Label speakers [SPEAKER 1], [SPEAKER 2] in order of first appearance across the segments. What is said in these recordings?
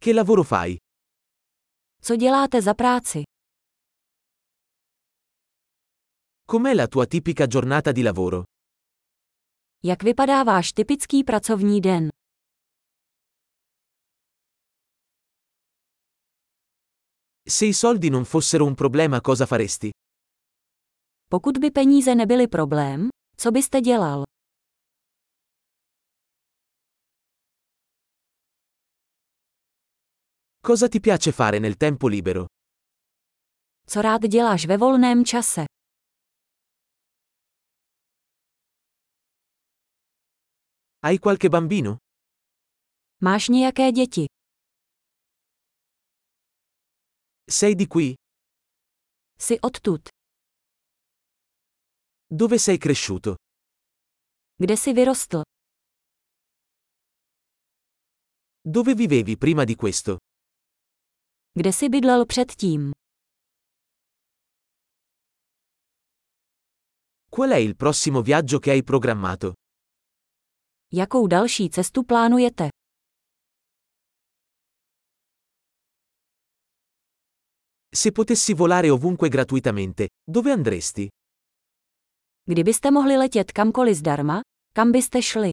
[SPEAKER 1] Che lavoro fai?
[SPEAKER 2] Co děláte za práci?
[SPEAKER 1] Com'è la tua tipica giornata di lavoro?
[SPEAKER 2] Jak vypadá váš typický pracovní den?
[SPEAKER 1] Se i soldi non fossero un problema cosa faresti?
[SPEAKER 2] Pokud by peníze nebyly problém, co byste dělal?
[SPEAKER 1] Cosa ti piace fare nel tempo libero?
[SPEAKER 2] Co rád děláš ve volném čase?
[SPEAKER 1] Hai qualche bambino?
[SPEAKER 2] Máš nějaké děti?
[SPEAKER 1] Sei di qui?
[SPEAKER 2] Jsi odtud?
[SPEAKER 1] Dove sei cresciuto?
[SPEAKER 2] Kde jsi vyrostl?
[SPEAKER 1] Dove vivevi prima di questo?
[SPEAKER 2] Kde jsi bydlel předtím?
[SPEAKER 1] Qual è il prossimo viaggio che hai programmato?
[SPEAKER 2] Jakou další cestu plánujete?
[SPEAKER 1] Se potessi volare ovunque gratuitamente, dove andresti?
[SPEAKER 2] Kdybyste mohli letět kamkoliv zdarma, kam byste šli?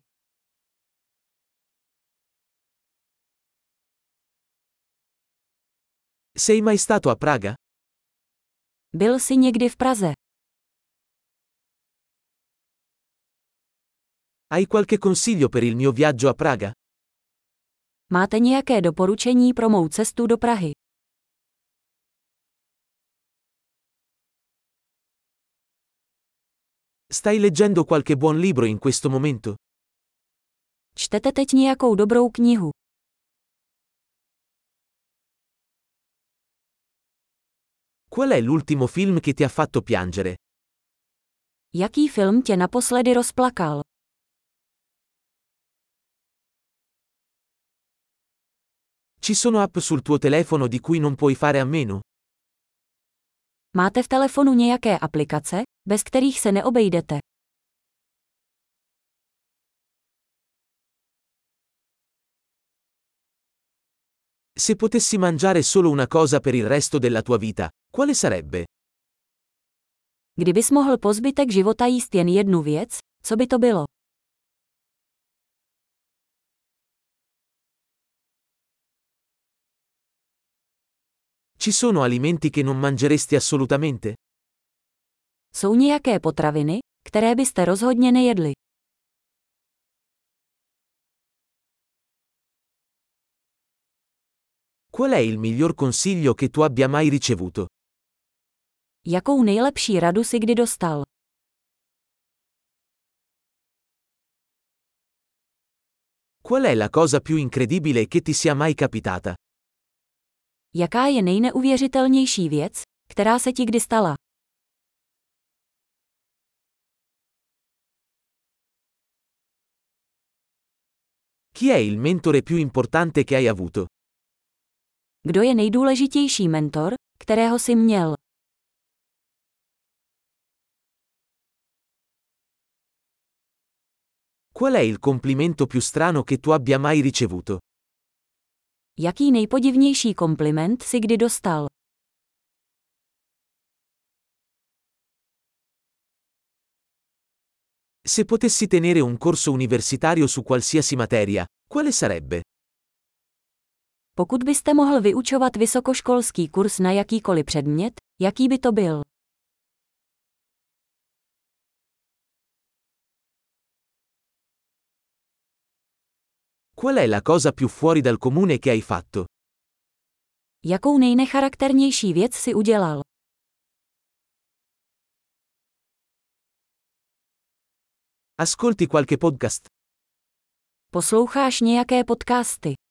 [SPEAKER 1] Sei mai stato a Praga?
[SPEAKER 2] Byl jsi někdy v Praze?
[SPEAKER 1] Hai qualche consiglio per il mio viaggio a Praga?
[SPEAKER 2] Máte nějaké doporučení pro mou cestu do Prahy?
[SPEAKER 1] Stai leggendo qualche buon libro in questo momento?
[SPEAKER 2] Čtete teď nějakou dobrou knihu?
[SPEAKER 1] Qual è l'ultimo film che ti ha fatto piangere?
[SPEAKER 2] Jaký film tě naposledy rozplakal?
[SPEAKER 1] Ci sono app sul tuo telefono di cui non puoi fare a meno?
[SPEAKER 2] Máte v telefonu nějaké aplikace, bez kterých se neobejdete?
[SPEAKER 1] Se potessi mangiare solo una cosa per il resto della tua vita, quale sarebbe?
[SPEAKER 2] Kdybys mohl po zbytek života jíst jen jednu věc, co by to bylo?
[SPEAKER 1] Ci sono alimenti che non mangeresti assolutamente?
[SPEAKER 2] Jsou nějaké potraviny, které byste rozhodně nejedli.
[SPEAKER 1] Qual è il miglior consiglio che tu abbia mai ricevuto?
[SPEAKER 2] Jakou nejlepší radu si kdy dostal?
[SPEAKER 1] Qual è la cosa più incredibile che ti sia mai capitata?
[SPEAKER 2] Jaká je nejneuvěřitelnější věc, která se ti kdy stala?
[SPEAKER 1] Chi è il mentore più importante che hai avuto?
[SPEAKER 2] Kdo je nejdůležitější mentor, kterého jsi měl?
[SPEAKER 1] Qual è il complimento più strano che tu abbia mai ricevuto?
[SPEAKER 2] Jaký nejpodivnější kompliment si kdy dostal?
[SPEAKER 1] Se potessi tenere un corso universitario su qualsiasi materia, quale sarebbe?
[SPEAKER 2] Pokud byste mohl vyučovat vysokoškolský kurz na jakýkoliv předmět, jaký by to byl?
[SPEAKER 1] Qual è la cosa più fuori dal comune che hai fatto?
[SPEAKER 2] Jakou nejnecharakternější věc si udělal?
[SPEAKER 1] Ascolti qualche podcast?
[SPEAKER 2] Posloucháš nějaké podcasty?